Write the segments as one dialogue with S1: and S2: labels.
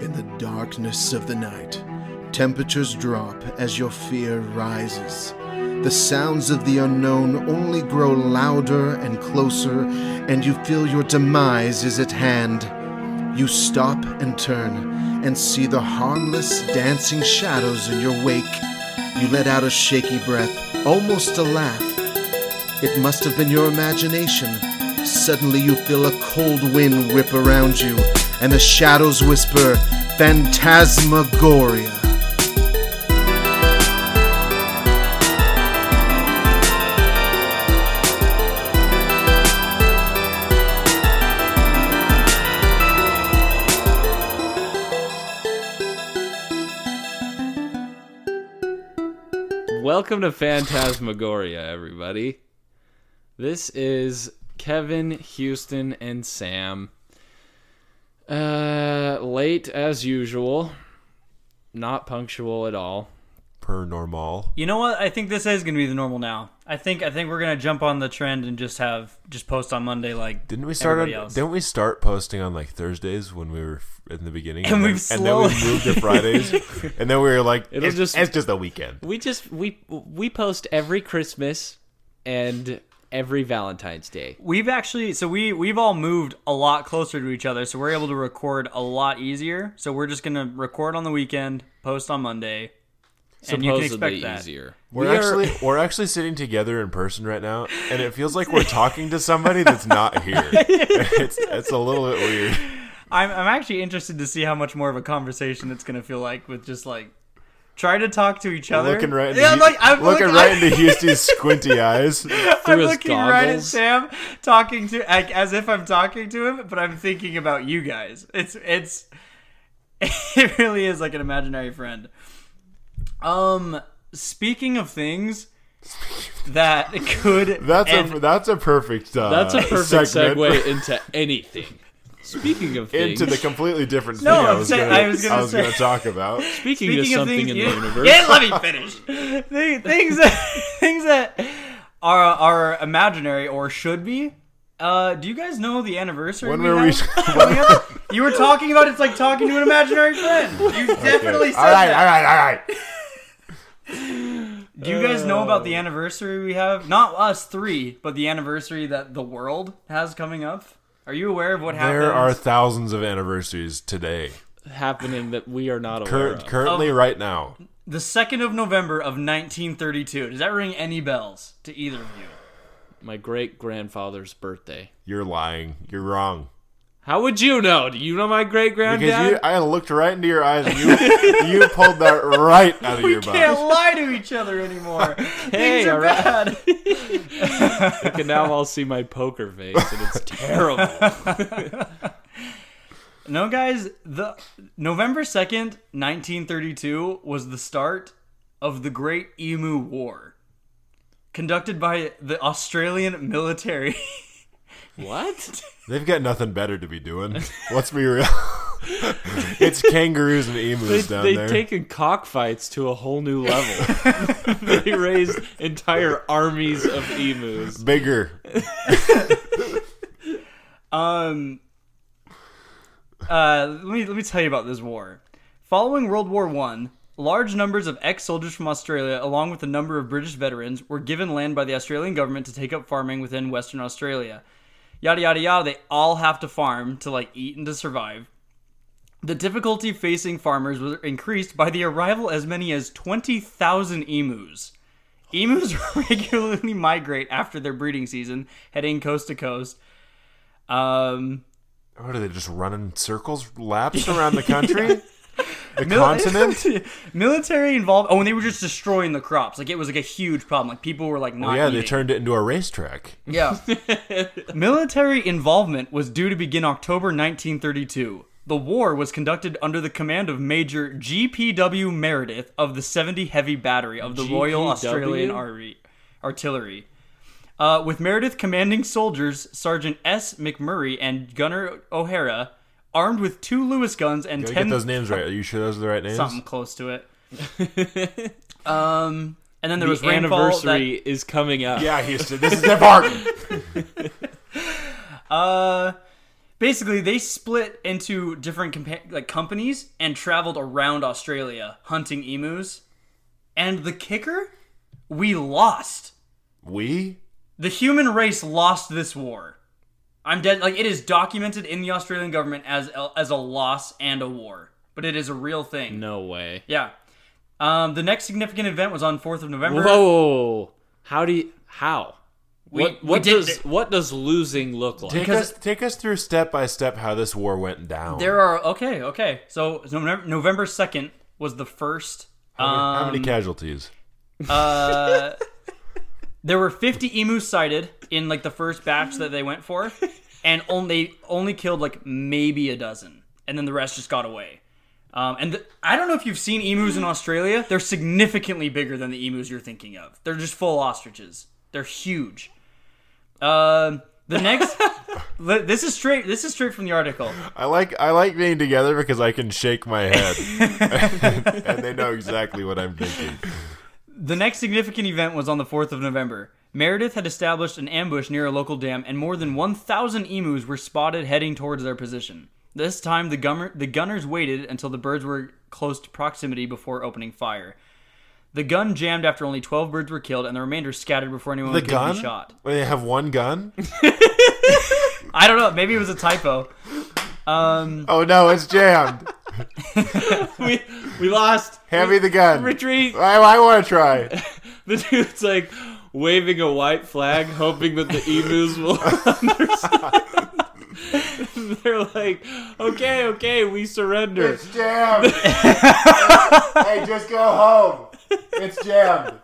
S1: in the darkness of the night. Temperatures drop as your fear rises. The sounds of the unknown only grow louder and closer, and you feel your demise is at hand. You stop and turn and see the harmless, dancing shadows in your wake. You let out a shaky breath, almost a laugh. It must have been your imagination. Suddenly, you feel a cold wind whip around you, and the shadows whisper, Phantasmagoria.
S2: Welcome to Phantasmagoria, everybody. This is Kevin, Houston, and Sam. Uh, late as usual, not punctual at all.
S3: per normal.
S4: You know what? I think this is gonna be the normal now. I think I think we're gonna jump on the trend and just have just post on Monday like
S3: Didn't we start?
S4: everybody
S3: On,
S4: else.
S3: didn't we start posting on like Thursdays when we were f- in the beginning,
S4: And
S3: then,
S4: we've
S3: and then we
S4: slowly-
S3: moved to Fridays, and then we were like,
S2: It'll
S3: it's
S2: just-
S3: just, it's just a weekend.
S2: We just we we post every Christmas and every Valentine's Day.
S4: We've actually so we we've all moved a lot closer to each other, so we're able to record a lot easier. So we're just gonna record on the weekend, post on Monday, and you can
S2: Supposedly
S4: expect that.
S2: easier.
S3: We're
S2: We are-
S3: actually we're actually sitting together in person right now, and it feels like we're talking to somebody that's not here. it's it's a little bit weird.
S4: I'm I'm actually interested to see how much more of a conversation it's gonna feel like with just like try to talk to each other.
S3: Looking right into
S4: yeah, I'm
S3: Hu-
S4: like, I'm
S3: looking
S4: look-
S3: right
S4: I'm-
S3: into Houston's squinty eyes.
S4: I'm
S2: his
S4: looking right at
S2: goggles.
S4: Sam, talking to like, as if I'm talking to him, but I'm thinking about you guys. It's it's it really is like an imaginary friend. Um, speaking of things that could
S3: That's
S4: and
S3: a that's a perfect uh,
S2: that's a perfect
S3: segment
S2: segue into anything. Speaking of things,
S3: into the completely different thing
S4: No,
S3: I
S4: I'm
S3: was
S4: saying-
S3: gonna,
S4: I was gonna
S3: I was
S4: say-
S3: gonna talk about.
S2: speaking,
S4: speaking
S2: of
S4: of
S2: something
S4: things,
S2: in
S4: you-
S2: the universe,
S4: Yeah, let me finish. Thi- things that, things that are are imaginary or should be. Uh, do you guys know the anniversary?
S3: When
S4: we
S3: were
S4: have?
S3: we-
S4: coming up? You were talking about it's like talking to an imaginary friend. You definitely said
S3: all right,
S4: that.
S3: all right, all right.
S4: Do you guys know about the anniversary we have? Not us three, but the anniversary that the world has coming up. Are you aware of what happens?
S3: There are thousands of anniversaries today.
S2: happening that we are not aware
S3: Cur-
S2: of.
S3: currently,
S4: Um,
S3: right now.
S4: the second of November of 1932. Does that ring any bells to either of you?
S2: My great grandfather's birthday.
S3: You're lying. You're wrong.
S2: How would you know? Do you know my great
S3: Because you,
S2: granddad?
S3: I looked right into your eyes and you, you pulled that right out of your
S4: Can't
S3: butt.
S4: lie to each other anymore. Things are
S2: all right.
S4: bad.
S2: I can now all see my poker face, and it's terrible.
S4: No, guys, the November 2nd, 1932 was the start of the Great Emu War, conducted by the Australian military.
S2: what?
S3: They've got nothing better to be doing. Let's be real. it's kangaroos and
S2: They,
S3: emus down
S2: they've
S3: there.
S2: taken cockfights to a whole new level. they raised entire armies of emus.
S3: Bigger.
S4: Um, uh, let me let me tell you about this war. Following World War One, large numbers of ex-soldiers from Australia, along with a number of British veterans, were given land by the Australian government to take up farming within Western Australia. Yada yada yada. They all have to farm to like eat and to survive. The difficulty facing farmers was increased by the arrival as many as twenty thousand emus. Emus regularly migrate after their breeding season, heading coast to coast. Um,
S3: What are they just running circles, laps around the country? The continent?
S4: military involved. Oh, and they were just destroying the crops. Like it was like a huge problem. Like people were like not.
S3: Oh, Yeah, they
S4: eating.
S3: turned it into a racetrack.
S4: Yeah. military involvement was due to begin October 1932. The war was conducted under the command of Major G.P.W. Meredith of the 70 Heavy Battery of the Royal
S2: GPW?
S4: Australian Army- Artillery. Uh, with Meredith commanding soldiers Sergeant S. McMurray and Gunner O'Hara, armed with two Lewis guns and
S3: Did I
S4: ten
S3: get those names right? Are you sure those are the right names?
S4: something close to it. um, and then there was
S2: the
S4: rainfall
S2: anniversary is coming up.
S3: Yeah, Houston, this is their bargain.
S4: That, uh, basically they split into different compa- like companies and traveled around Australia hunting emus. And the kicker, we lost.
S3: We?
S4: The human race lost this war. I'm dead. Like it is documented in the Australian government as as a loss and a war, but it is a real thing.
S2: No way.
S4: Yeah. Um, the next significant event was on 4th of November.
S2: Whoa! How do you? How?
S4: We-
S2: what
S4: we
S2: what
S4: did
S2: does
S4: it.
S2: what does losing look like?
S3: Take
S4: Because-
S3: us take us through step by step how this war went down.
S4: There are okay, okay. So so November November 2nd was the first.
S3: how, many, how many
S4: um,
S3: casualties?
S4: Uh, there were 50 emus sighted in like the first batch that they went for, and only only killed like maybe a dozen, and then the rest just got away. Um, and th- I don't know if you've seen emus in Australia. They're significantly bigger than the emus you're thinking of. They're just full ostriches. They're huge. Um, the next, li- this is straight. This is straight from the article.
S3: I like I like being together because I can shake my head, and they know exactly what I'm thinking.
S4: The next significant event was on the 4th of November. Meredith had established an ambush near a local dam, and more than 1,000 emus were spotted heading towards their position. This time, the, gummer, the gunners waited until the birds were close to proximity before opening fire. The gun jammed after only 12 birds were killed, and the remainder scattered before anyone
S3: The
S4: could
S3: gun?
S4: be shot.
S3: Wait, They have one gun.
S4: I don't know, maybe it was a typo.
S3: Oh no, it's jammed.
S2: we we lost.
S3: Hand me the gun.
S2: Retreat.
S3: I, I want to try.
S2: The dude's like waving a white flag, hoping that the emus will understand. They're like, okay, okay, we surrender.
S3: It's jammed. hey, just go home. It's jammed.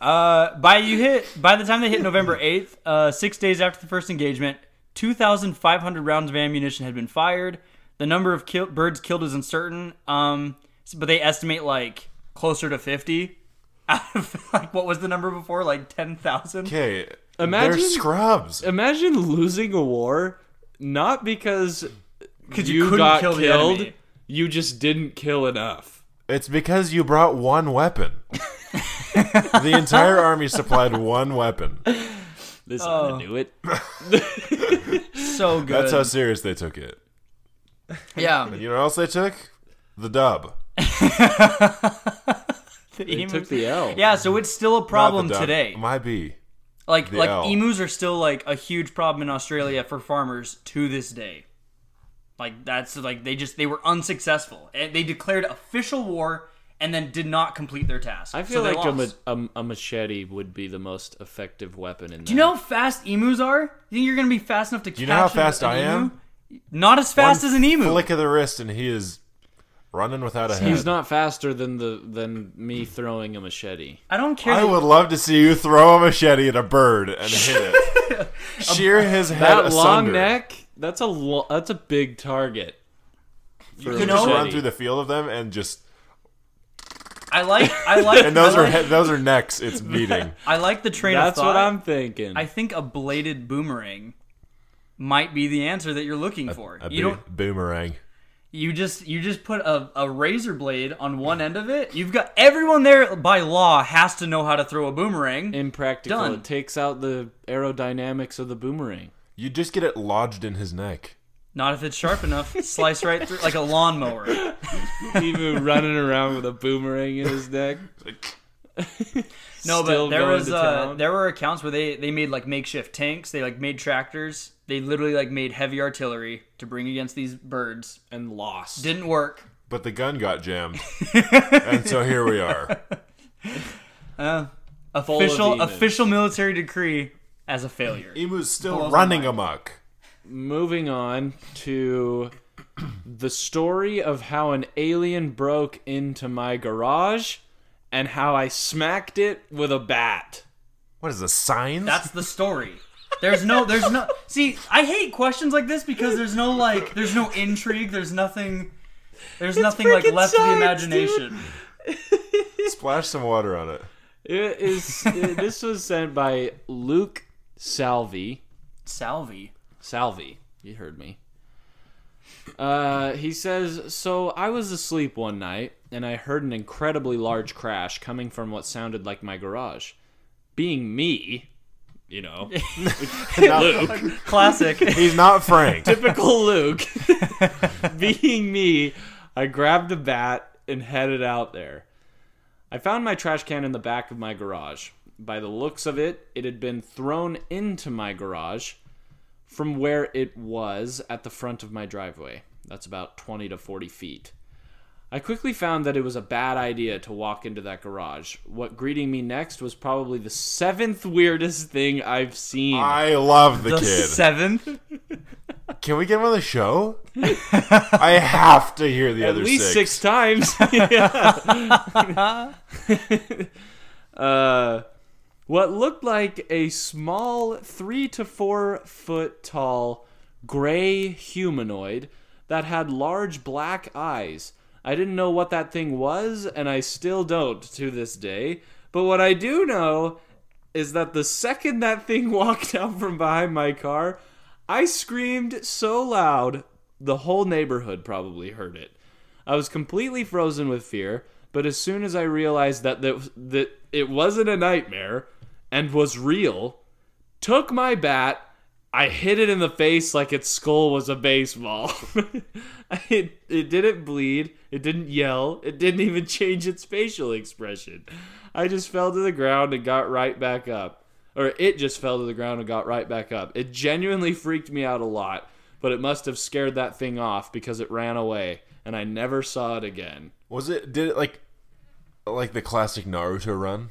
S4: Uh, by you hit by the time they hit November 8th, uh, six days after the first engagement, 2,500 rounds of ammunition had been fired. The number of kill- birds killed is uncertain, um, s- but they estimate like closer to 50. Out of like what was the number before? Like 10,000.
S3: Okay.
S2: Imagine-
S3: they're scrubs.
S2: Imagine losing a war, not because
S4: you
S2: you,
S4: couldn't
S2: got
S4: kill the
S2: killed,
S4: enemy.
S2: you just didn't kill enough.
S3: It's because you brought one weapon. the entire army supplied one weapon.
S2: This
S4: Oh.
S2: ought to do it.
S4: So good.
S3: That's how serious they took it.
S4: yeah.
S3: You know what else they took? The dub.
S2: They took the L.
S4: yeah, so it's still a
S3: Not the
S4: problem
S2: uh,
S3: dub.
S4: today.
S3: My B.
S4: Like like
S3: owl.
S4: emus are still like a huge problem in Australia for farmers to this day. Like that's like they just they were unsuccessful. And they declared official war and then did not complete their task.
S2: I feel
S4: So they
S2: like a, ma-
S4: lost.
S2: a, a machete would be the most effective weapon in that.
S4: Do you know how fast emus are? You think you're gonna be fast enough to Do
S3: you know how fast I am?
S4: Not as fast as an emu.
S3: Flick of the wrist, and he is running without a head.
S2: He's not faster than the than me throwing a machete.
S4: I don't care.
S3: I
S4: that-
S3: would love to see you throw a machete at a bird and hit it. Shear his head
S2: That long
S3: asunder.
S2: neck, that's a lo- that's a big target. You
S3: You
S4: can
S3: just
S4: know-
S3: run through the field of them and just
S4: I like I like
S3: and those
S4: I
S3: are
S4: like,
S3: he- those are necks. It's beating.
S4: I like the train
S2: That's
S4: of thought.
S2: what I'm thinking.
S4: I think a bladed boomerang might be the answer that you're looking for.
S3: A
S4: you
S3: boo-
S4: don't
S3: boomerang.
S4: You just you just put a, a razor blade on one end of it. You've got everyone there by law has to know how to throw a boomerang.
S2: Impractical.
S4: Done.
S2: It takes out the aerodynamics of the boomerang.
S3: You just get it lodged in his neck.
S4: Not if it's sharp enough. Slice right through like a lawnmower.
S2: Even running around with a boomerang in his neck.
S4: No,
S2: Still
S4: but there
S2: going
S4: was
S2: to
S4: uh,
S2: town.
S4: there were accounts where they they made like makeshift tanks. They like made tractors. They literally like made heavy artillery to bring against these birds.
S2: and lost.
S4: Didn't work.
S3: But the gun got jammed, and so here we are.
S2: Full of
S4: Official
S2: demons.
S4: official military decree as a failure.
S3: Emu's still
S4: Blows my
S3: running
S4: mind.
S3: amok.
S2: Moving on to the story of how an alien broke into my garage and how I smacked it with a bat.
S3: What is the signs?
S4: That's the story. There's no, there's no. See, I hate questions like this because there's no like, there's no intrigue. There's nothing. There's nothing like
S2: freaking
S4: left to the
S2: science,
S4: imagination.
S3: Splash some water on it.
S2: It is. this was sent by Luke Salvi.
S4: Salvi.
S2: Salvi, you heard me. Uh, he says, So I was asleep one night and I heard an incredibly large crash coming from what sounded like my garage. Being me, you know,
S3: Not,
S2: Luke.
S4: Classic.
S3: he's not Frank.
S2: Typical Luke. Being me, I grabbed a bat and headed out there. I found my trash can in the back of my garage. By the looks of it, it had been thrown into my garage from where it was at the front of my driveway. That's about 20 to 40 feet. I quickly found that it was a bad idea to walk into that garage. What greeting me next was probably the seventh weirdest thing I've seen.
S3: I love the,
S4: the
S3: kid.
S4: seventh.
S3: Can we get him on the show? I have to hear the
S2: at
S3: other
S2: least
S3: six.
S2: six, times. Yeah. uh, what looked like a small three to four foot tall gray humanoid that had large black eyes. I didn't know what that thing was, and I still don't to this day. But what I do know is that the second that thing walked out from behind my car, I screamed so loud the whole neighborhood probably heard it. I was completely frozen with fear, but as soon as I realized that that, that it wasn't a nightmare and was real, took my bat, I hit it in the face like its skull was a baseball. it it didn't bleed, it didn't yell, it didn't even change its facial expression. I just fell to the ground and got right back up. Or it just fell to the ground and got right back up. It genuinely freaked me out a lot, but it must have scared that thing off because it ran away and I never saw it again.
S3: Was it? Did it like, like the classic Naruto run?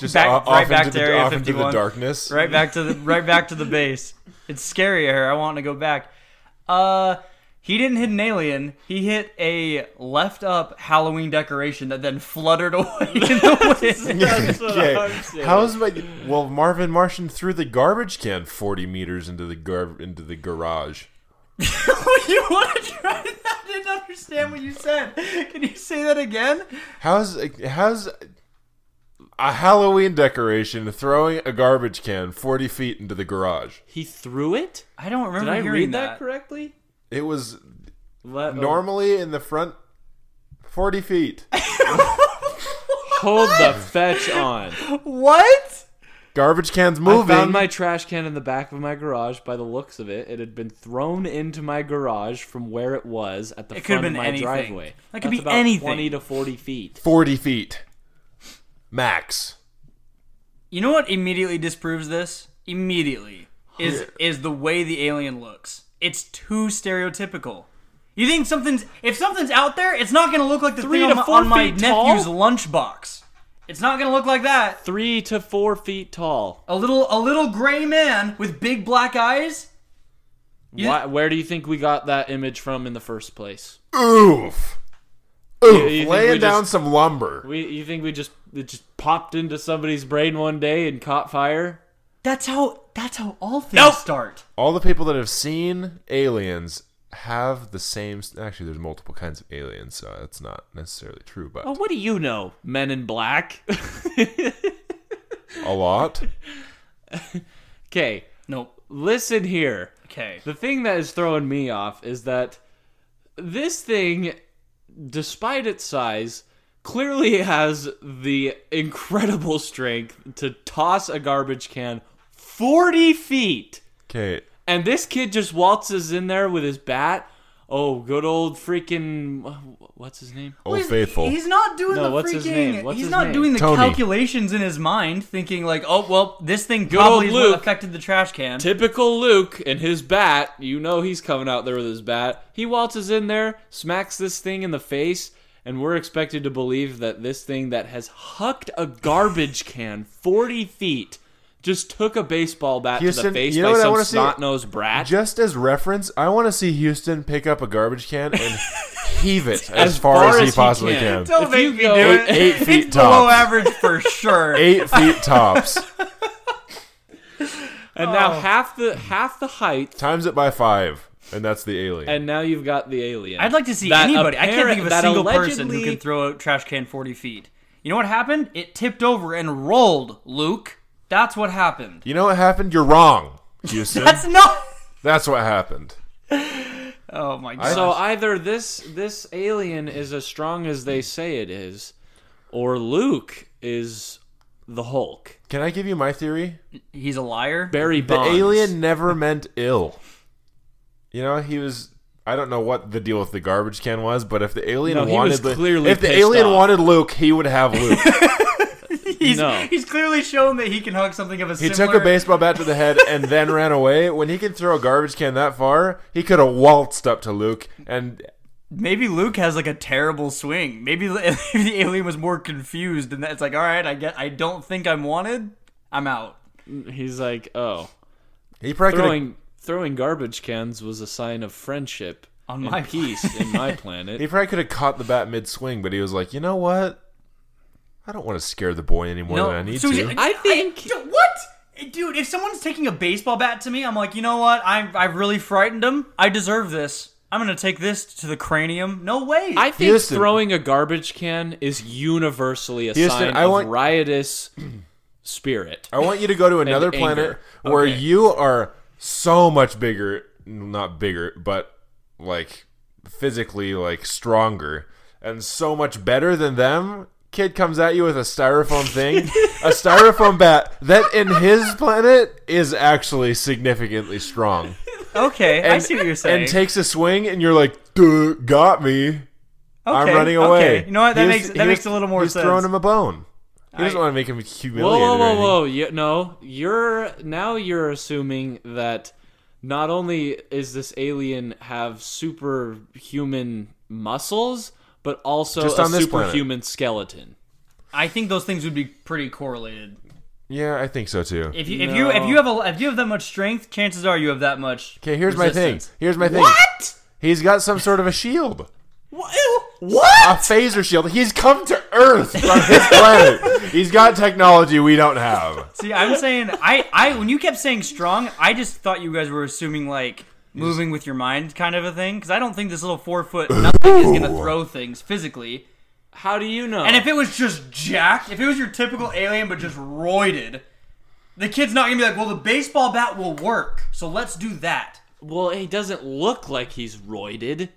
S3: Just
S4: Back-
S3: o- off,
S4: right back
S3: into
S4: to
S3: the,
S4: Area
S3: off into the
S4: 51.
S3: darkness.
S4: Right back to the right back to the base. It's scary here. I want to go back. Uh he didn't hit an alien. He hit a left up Halloween decoration that then fluttered away in the wind.
S2: That's what I'm
S3: Okay.
S2: saying.
S3: How's my? Well, Marvin Martian threw the garbage can forty meters into the gar- into the garage.
S4: you want to try that? I didn't understand what you said. Can you say that again?
S3: How's how's a Halloween decoration throwing a garbage can forty feet into the garage?
S2: He threw it?
S4: I don't
S2: Did
S4: remember
S2: I
S4: hearing
S2: read that,
S4: that.
S2: correctly?
S3: It was
S2: Let,
S3: normally in the front forty feet.
S2: Hold the fetch on.
S4: What?
S3: Garbage cans
S2: I
S3: moving.
S2: found my trash can in the back of my garage. By the looks of it, it had been thrown into my garage from where it was at the
S4: It could've
S2: front of
S4: been
S2: my
S4: anything.
S2: driveway.
S4: That could
S2: That's
S4: be
S2: about
S4: anything.
S2: Twenty to forty feet.
S3: forty feet max.
S4: You know what immediately disproves this? Immediately is is the way the alien looks. It's too stereotypical. You think something's if something's out there, it's not going to look like the
S2: Three
S4: thing
S2: to
S4: on, my-
S2: four
S4: on my
S2: feet tall?
S4: nephew's lunchbox. It's not going to look like that.
S2: Three to four feet tall.
S4: A little a little gray man with big black eyes. You-
S2: Why, where do you think we got that image from in the first place?
S3: Oof. Oof.
S2: you think we
S3: Laying down
S2: just-
S3: some lumber.
S2: We, you think we just it just popped into somebody's brain one day and caught fire?
S4: That's how that's how all things
S2: Nope.
S4: start.
S3: All the people that have seen aliens have the same. Actually, there's multiple kinds of aliens, so that's not necessarily true, but
S2: What do you know, Men in Black?
S3: a lot.
S2: okay,
S4: Nope.
S2: listen here.
S4: Okay.
S2: The thing that is throwing me off is that this thing, despite its size, clearly has the incredible strength to toss a garbage can 40 feet.
S3: Okay,
S2: And this kid just waltzes in there with his bat. Oh, good old freaking. What's his name?
S3: Old Faithful.
S4: He's not doing
S2: No,
S4: the
S2: what's
S4: freaking.
S2: his name? What's
S4: he's
S2: his
S4: not
S2: name?
S4: doing the
S3: Tony.
S4: calculations in his mind, thinking like, "Oh well, this thing
S2: old
S4: probably is what
S2: Luke.
S4: affected the trash can."
S2: Typical Luke and his bat. You know he's coming out there with his bat. He waltzes in there, smacks this thing in the face, and we're expected to believe that this thing that has hucked a garbage can 40 feet just took a baseball bat to the
S3: Houston,
S2: face
S3: you know
S2: by
S3: what I
S2: some
S3: wanna see?
S2: snot nosed brat.
S3: Just as reference, I want to see Houston pick up a garbage can and heave it as,
S2: As
S3: far,
S2: far
S3: as,
S2: as
S3: he
S2: he
S3: possibly
S2: can.
S3: can.
S4: Don't
S2: If
S4: make
S2: you
S4: me
S2: go-
S4: do
S2: Eight-
S4: it.
S3: eight feet
S4: it's below
S3: tops.
S4: average for sure.
S3: Eight feet tops.
S2: and now
S3: Oh.
S2: half the half the height,
S3: Times it by five, and that's the alien.
S2: and now you've got the alien.
S4: I'd like to see
S2: That
S4: anybody. I can't
S2: apparent-
S4: think of a
S2: that
S4: single person who
S2: allegedly-
S4: can throw a trash can forty feet. You know what happened? It tipped over and rolled, Luke. That's what happened.
S3: you know what happened? You're wrong, Houston.
S4: That's not.
S3: that's what happened.
S4: Oh my god.
S2: So either this this alien is as strong as they say it is, or Luke is the Hulk.
S3: Can I give you my theory?
S4: He's a liar.
S2: Barry
S3: The
S2: Bonds.
S3: alien never meant ill. You know, he was. I don't know what the deal with the garbage can was, but if the alien
S2: No, he
S3: wanted,
S2: was
S3: Lu-
S2: clearly
S3: if the
S2: pissed
S3: alien
S2: off.
S3: wanted Luke, he would have Luke.
S4: He's,
S2: No.
S4: he's clearly shown that he can hug something of a
S3: he
S4: similar...
S3: took a baseball bat to the head and then ran away. When he can throw a garbage can that far, he could have waltzed up to Luke. And
S4: Maybe Luke has like a terrible swing. Maybe the the alien was more confused, and that's like, all right, I get, I don't think I'm wanted. I'm out.
S2: He's like, oh,
S3: he probably could have
S2: throwing throwing garbage cans was a sign of friendship
S4: On
S2: and
S4: my
S2: peace in my planet.
S3: he probably could have caught the bat mid swing, but he was like, you know what? I don't want to scare the boy any more
S4: No,
S3: than I need
S4: so
S3: to.
S4: he-
S2: I think-
S4: Dude, what, dude? If someone's taking a baseball bat to me, I'm like, you know what? I I really frightened him. I deserve this. I'm gonna take this to the cranium. No way.
S2: I think
S3: Houston.
S2: throwing a garbage can is universally a
S3: Houston,
S2: sign
S3: I
S2: of
S3: want-
S2: riotous spirit.
S3: I want you to go to another
S2: anger.
S3: planet where
S2: Okay.
S3: you are so much bigger, not bigger, but like physically like stronger and so much better than them. Kid comes at you with a styrofoam thing, a styrofoam bat that in his planet is actually significantly strong.
S4: okay, I see what you're saying.
S3: And takes a swing and you're like, "Duh, got me. I'm
S4: Okay,
S3: running away."
S4: okay. You know what? That
S3: He
S4: makes- that
S3: he
S4: makes a little more
S3: he's
S4: sense.
S3: throwing him a bone. He doesn't
S4: I-
S3: want to make him humiliated.
S2: Whoa, whoa,
S3: or
S2: whoa,
S3: anything.
S2: whoa! You, no, you're now you're assuming that not only is this alien have superhuman muscles, but also
S3: Just
S2: a
S3: on this planet.
S2: superhuman skeleton.
S4: I think those things would be pretty correlated.
S3: Yeah, I think so too.
S4: If you if you if you have a if you have that much strength, chances are you have that much.
S3: Okay, here's
S4: resistance.
S3: my thing. Here's my thing. What? He's got some sort of a shield.
S4: What?
S3: A phaser shield. He's come to Earth from his planet. He's got technology we don't have.
S4: See, I'm saying I I when you kept saying strong, I just thought you guys were assuming like moving with your mind kind of a thing because I don't think this little four foot nothing is gonna throw things physically.
S2: How do you know?
S4: And if it was just jacked, if it was your typical alien but just roided, the kid's not gonna be like, well, the baseball bat will work, so let's do that.
S2: well, he doesn't look like he's roided.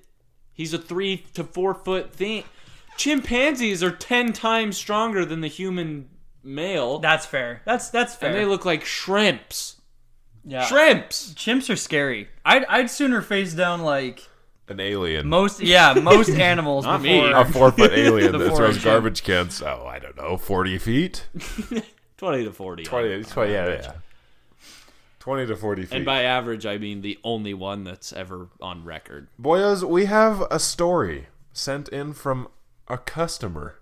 S2: He's a three to four foot thing. Chimpanzees are ten times stronger than the human male,
S4: That's fair. That's that's fair.
S2: and they look like shrimps.
S4: yeah.
S2: Shrimps.
S4: Chimps are scary. I'd I'd sooner face down like
S3: An alien.
S4: most yeah most animals
S2: Not me.
S4: before
S3: a four foot alien
S4: The
S3: that
S4: four
S3: throws
S4: inch.
S3: garbage cans, oh, I don't know, 40 feet?
S2: Twenty to forty.
S3: 20, 20 yeah, yeah. 20 to 40 feet.
S2: And by average, I mean the only one that's ever on record.
S3: Boyos, we have a story sent in from a customer.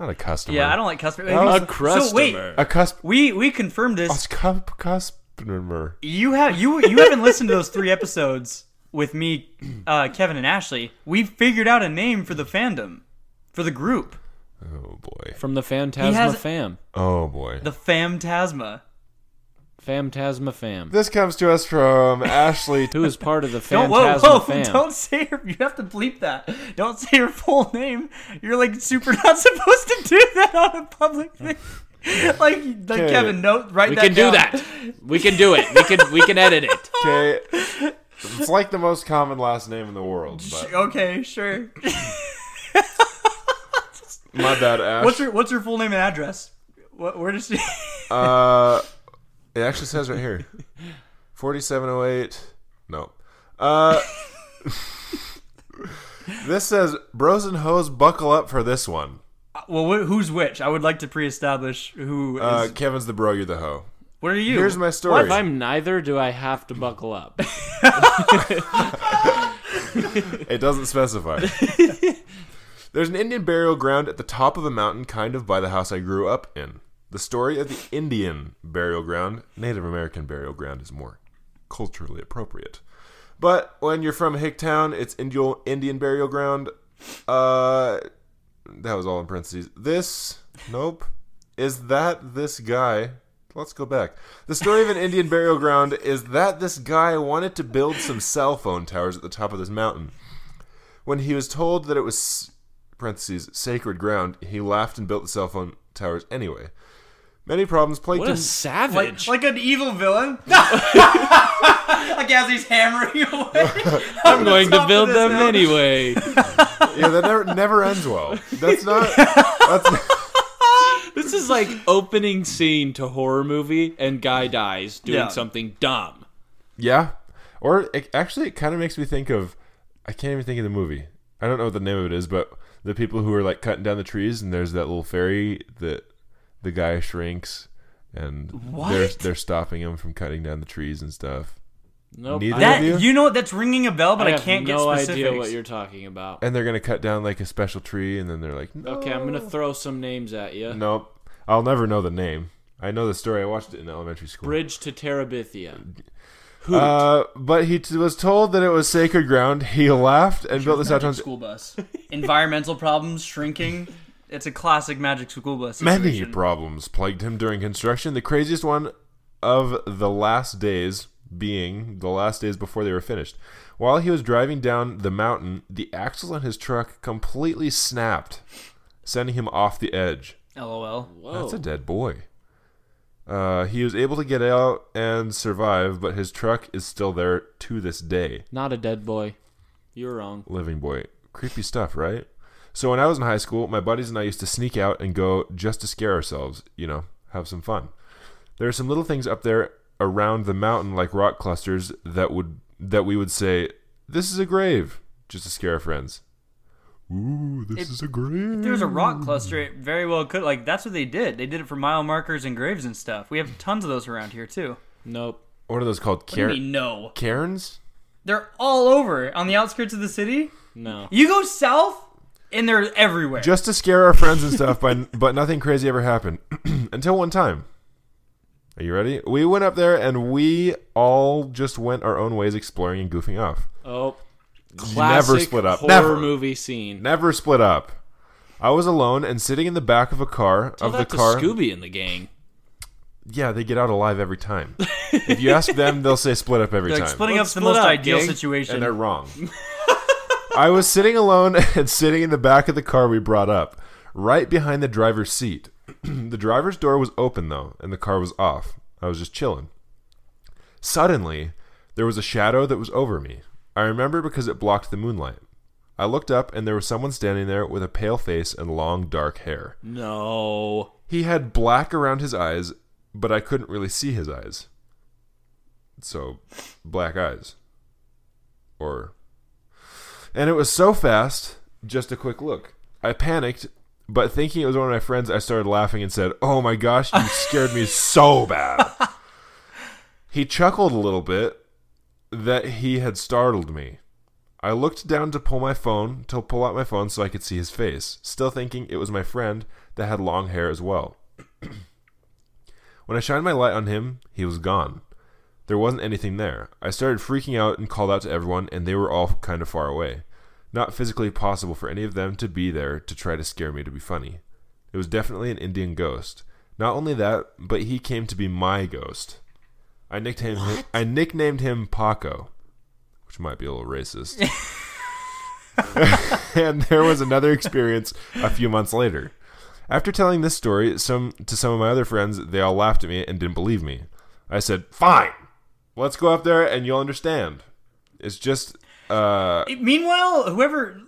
S3: Not a customer.
S4: Yeah, I don't like customer.
S3: was
S2: A
S4: So wait,
S2: customer.
S3: A cusp.
S4: we we confirmed
S3: a
S4: this.
S3: scup- customer.
S4: You have you you haven't listened to those three episodes with me, uh, Kevin and Ashley. We figured out a name for the fandom, for the group,
S3: Oh, boy.
S2: From the Phantasma
S4: He has-
S2: Fam.
S3: Oh, boy.
S4: the Phantasma.
S2: Phantasma Fam.
S3: This comes to us from Ashley.
S2: Who is part of the
S4: Don't
S2: Phantasma
S4: whoa whoa!
S2: Fam.
S4: Don't say her. You have to bleep that. Don't say her full name. You're like super not supposed to do that on a public thing. Like, like
S3: Okay.
S4: Kevin, note write
S2: We
S4: that.
S2: can do
S4: down.
S2: that. We can do it. We can we can edit it.
S3: Okay. It's like the most common last name in the world. But
S4: Okay, sure.
S3: my bad, Ash.
S4: What's her What's her full name and address? What, where does she?
S3: Uh, it actually says right here, forty-seven oh eight. No. Uh, this says bros and hoes buckle up for this one.
S4: Well, wh- who's which? I would like to pre-establish who is.
S3: Uh, Kevin's the bro, you're the hoe.
S4: what are you?
S3: Here's my story.
S2: If I'm neither, do I have to buckle up?
S3: It doesn't specify. There's an Indian burial ground at the top of a mountain, kind of by the house I grew up in. The story of the Indian burial ground, Native American burial ground, is more culturally appropriate. But when you're from Hicktown, it's Indio- Indian burial ground. Uh, that was all in parentheses. This, nope, is that this guy. Let's go back. The story of an Indian burial ground is that this guy wanted to build some cell phone towers at the top of this mountain. When he was told that it was parentheses sacred ground, he laughed and built the cell phone towers anyway. Many problems plagued
S2: What a
S3: him.
S2: savage.
S4: like an evil villain. like as he's hammering away.
S2: I'm going to
S4: top
S2: build
S4: of this
S2: them
S4: now.
S2: anyway.
S3: Yeah, that never, never ends well. That's not. That's
S2: This is like opening scene to horror movie and guy dies doing
S4: Yeah.
S2: something dumb.
S3: Yeah. Or it, actually, it kind of makes me think of. I can't even think of the movie. I don't know what the name of it is, but the people who are like cutting down the trees, and there's that little fairy that the guy shrinks, and they're
S4: What?
S3: they're stopping him from cutting down the trees and stuff.
S2: Nope.
S3: Neither
S2: I-
S3: of
S4: That
S3: you?
S4: you know what? That's ringing a bell,
S2: I
S4: but I,
S2: have
S4: can't
S2: no
S4: get specifics.
S2: idea what you're talking about.
S3: And they're gonna cut down like a special tree, and then they're like, no,
S2: Okay, I'm gonna throw some names at you.
S3: nope, I'll never know the name. I know the story. I watched it in elementary school.
S2: Bridge to Terabithia. Hoot.
S3: Uh, but he t- was told that it was sacred ground. He laughed and built this out. on-
S4: School bus. Environmental problems, shrinking. It's a classic magic school bus.
S3: Many
S4: situation.
S3: problems plagued him during construction. The craziest one of the last days being the last days before they were finished. While he was driving down the mountain, the axles on his truck completely snapped, sending him off the edge.
S4: LOL.
S2: Whoa.
S3: That's a dead boy. Uh, he was able to get out and survive, but his truck is still there to this day
S2: Not a dead boy. You're wrong.
S3: living boy. Creepy stuff, right? So when I was in high school, my buddies and I used to sneak out and go just to scare ourselves, you know, have some fun. There are some little things up there around the mountain like rock clusters that would that we would say, "This is a grave," just to scare our friends. Ooh, this is a grave.
S4: There was a rock cluster. It very well could like that's what they did. They did it for mile markers and graves and stuff. We have tons of those around here too.
S2: Nope.
S3: what are those called?
S4: I
S3: Cairn
S4: mean, no,
S3: Cairns?
S4: they're all over on the outskirts of the city.
S2: No.
S4: You go south, and they're everywhere.
S3: Just to scare our friends and stuff, but but nothing crazy ever happened until one time. Are you ready? We went up there and we all just went our own ways exploring and goofing off.
S2: Oh. Classic
S3: split up.
S2: horror
S3: Never.
S2: movie scene.
S3: Never split up. I was alone and sitting in the back of a car
S2: Tell
S3: of the
S2: that to
S3: car.
S2: Scooby in the gang.
S3: Yeah, they get out alive every time. if you ask them, they'll say split up every
S4: They're like
S3: time.
S4: splitting
S2: Let's
S4: up's the
S2: split
S4: most
S2: up,
S4: ideal
S2: gang.
S4: situation.
S3: and they're wrong. I was sitting alone and sitting in the back of the car we brought up, right behind the driver's seat. the driver's door was open though, and the car was off. I was just chilling. Suddenly, there was a shadow that was over me. I remember because it blocked the moonlight. I looked up and there was someone standing there with a pale face and long dark hair.
S2: No.
S3: He had black around his eyes, but I couldn't really see his eyes. So, black eyes. Or. And it was so fast, just a quick look. I panicked, but thinking it was one of my friends, I started laughing and said, Oh my gosh, you scared me so bad. he chuckled a little bit that he had startled me. I looked down to pull my phone, to pull out my phone so I could see his face, still thinking it was my friend that had long hair as well. when I shined my light on him, he was gone. There wasn't anything there. I started freaking out and called out to everyone, and they were all kind of far away. Not physically possible for any of them to be there to try to scare me to be funny. It was definitely an Indian ghost. Not only that, but he came to be my ghost. I nicknamed him, I nicknamed him Paco, which might be a little racist. and there was another experience a few months later. After telling this story some to some of my other friends, they all laughed at me and didn't believe me. I said, "Fine. Let's go up there and you'll understand." It's just uh
S4: Meanwhile, whoever,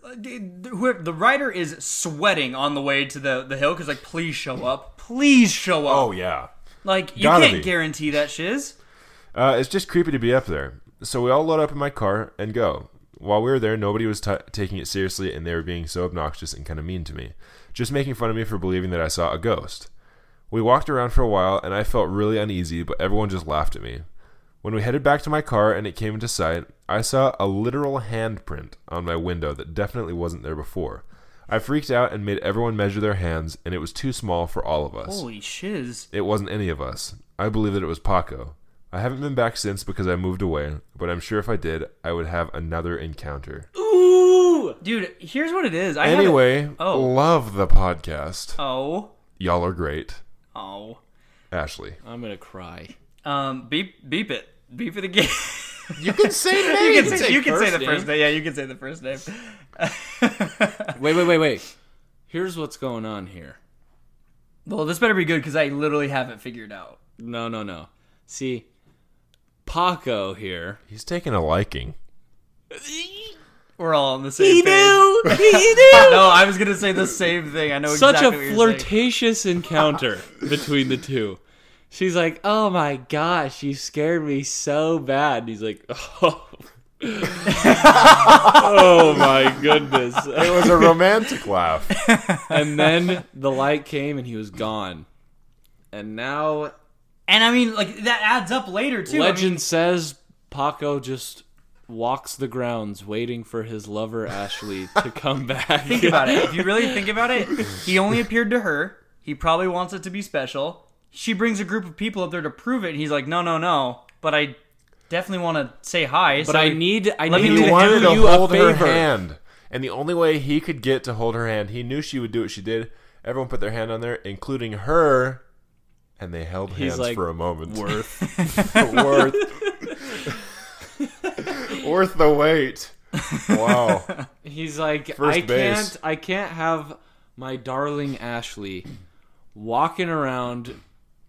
S4: whoever the writer is sweating on the way to the the hill because like, please show up, please show up.
S3: oh yeah.
S4: like you
S3: gotta
S4: can't
S3: be.
S4: guarantee that shiz.
S3: Uh, it's just creepy to be up there. So we all load up in my car and go. While we were there, nobody was t- taking it seriously, and they were being so obnoxious and kind of mean to me, just making fun of me for believing that I saw a ghost. We walked around for a while, and I felt really uneasy, but everyone just laughed at me. When we headed back to my car and it came into sight, I saw a literal handprint on my window that definitely wasn't there before. I freaked out and made everyone measure their hands, and it was too small for all of us.
S4: Holy shiz!
S3: It wasn't any of us. I believe that it was Paco. I haven't been back since because I moved away, but I'm sure if I did, I would have another encounter.
S2: Ooh.
S4: Dude, here's what it is. I had a-
S3: Anyway,
S4: Oh.
S3: love the podcast.
S4: oh,
S3: Y'all are great.
S4: oh,
S3: Ashley.
S2: I'm gonna cry.
S4: um, beep, beep it, beep it again.
S3: You can say
S4: you
S3: names.
S4: can say, you can say the
S2: name.
S4: first name. Yeah, you can say the first name.
S2: Wait, wait, wait, wait. Here's what's going on here.
S4: Well, this better be good because I literally haven't figured out.
S2: No, no, no. See, Paco here.
S3: He's taking a liking.
S4: We're all on the same
S2: He
S4: page.
S2: knew. He knew.
S4: No, I was gonna say the same thing. I know
S2: Such
S4: exactly
S2: a
S4: what you're saying.
S2: flirtatious encounter between the two. She's like, "Oh my gosh, you scared me so bad." And he's like, "Oh, oh my goodness."
S3: It was a romantic laugh.
S2: and then the light came and he was gone. And now
S4: And I mean, like that adds up later too. I mean,
S2: legend says Paco just walks the grounds waiting for his lover Ashley to come back.
S4: think about it. If you really think about it, he only appeared to her. He probably wants it to be special. She brings a group of people up there to prove it. And he's like, no, no, no. But I definitely want to say hi.
S2: But
S4: so
S2: I need I
S4: Let
S2: need
S4: me
S2: to
S3: He
S4: do
S3: wanted
S2: do
S3: to
S2: you a
S3: hold her
S2: favor.
S3: hand, and the only way he could get to hold her hand, he knew she would do what she did. Everyone put their hand on there, including her, and they held
S2: He's
S3: hands
S2: like,
S3: for a moment.
S2: Worth.
S3: worth worth the wait. Wow.
S2: He's like
S3: First
S2: I
S3: base.
S2: can't I can't have my darling Ashley walking around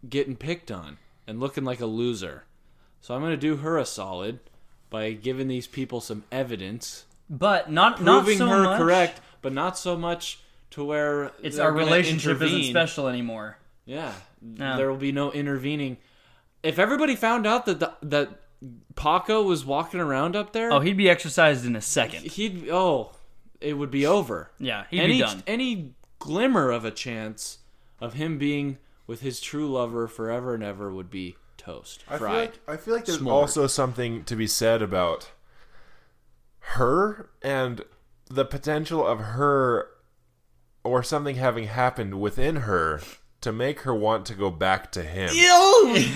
S2: getting picked on and looking like a loser. So I'm going to do her a solid by giving these people some evidence
S4: But not not
S2: proving
S4: so
S2: her
S4: much.
S2: correct, but not so much to where
S4: It's
S2: they're
S4: our
S2: gonna
S4: relationship isn't
S2: intervene.
S4: special anymore.
S2: Yeah, there will be no intervening. If everybody found out that the, that Paco was walking around up there,
S4: Oh, he'd be exercised in a second.
S2: he'd oh, it would be over.
S4: Yeah, he'd
S2: any
S4: be done.
S2: any glimmer of a chance of him being with his true lover forever and ever would be toast,
S3: I feel,
S2: fried.
S3: like, I feel like there's
S2: Smoldered.
S3: also something to be said about her and the potential of her or something having happened within her to make her want to go back to him.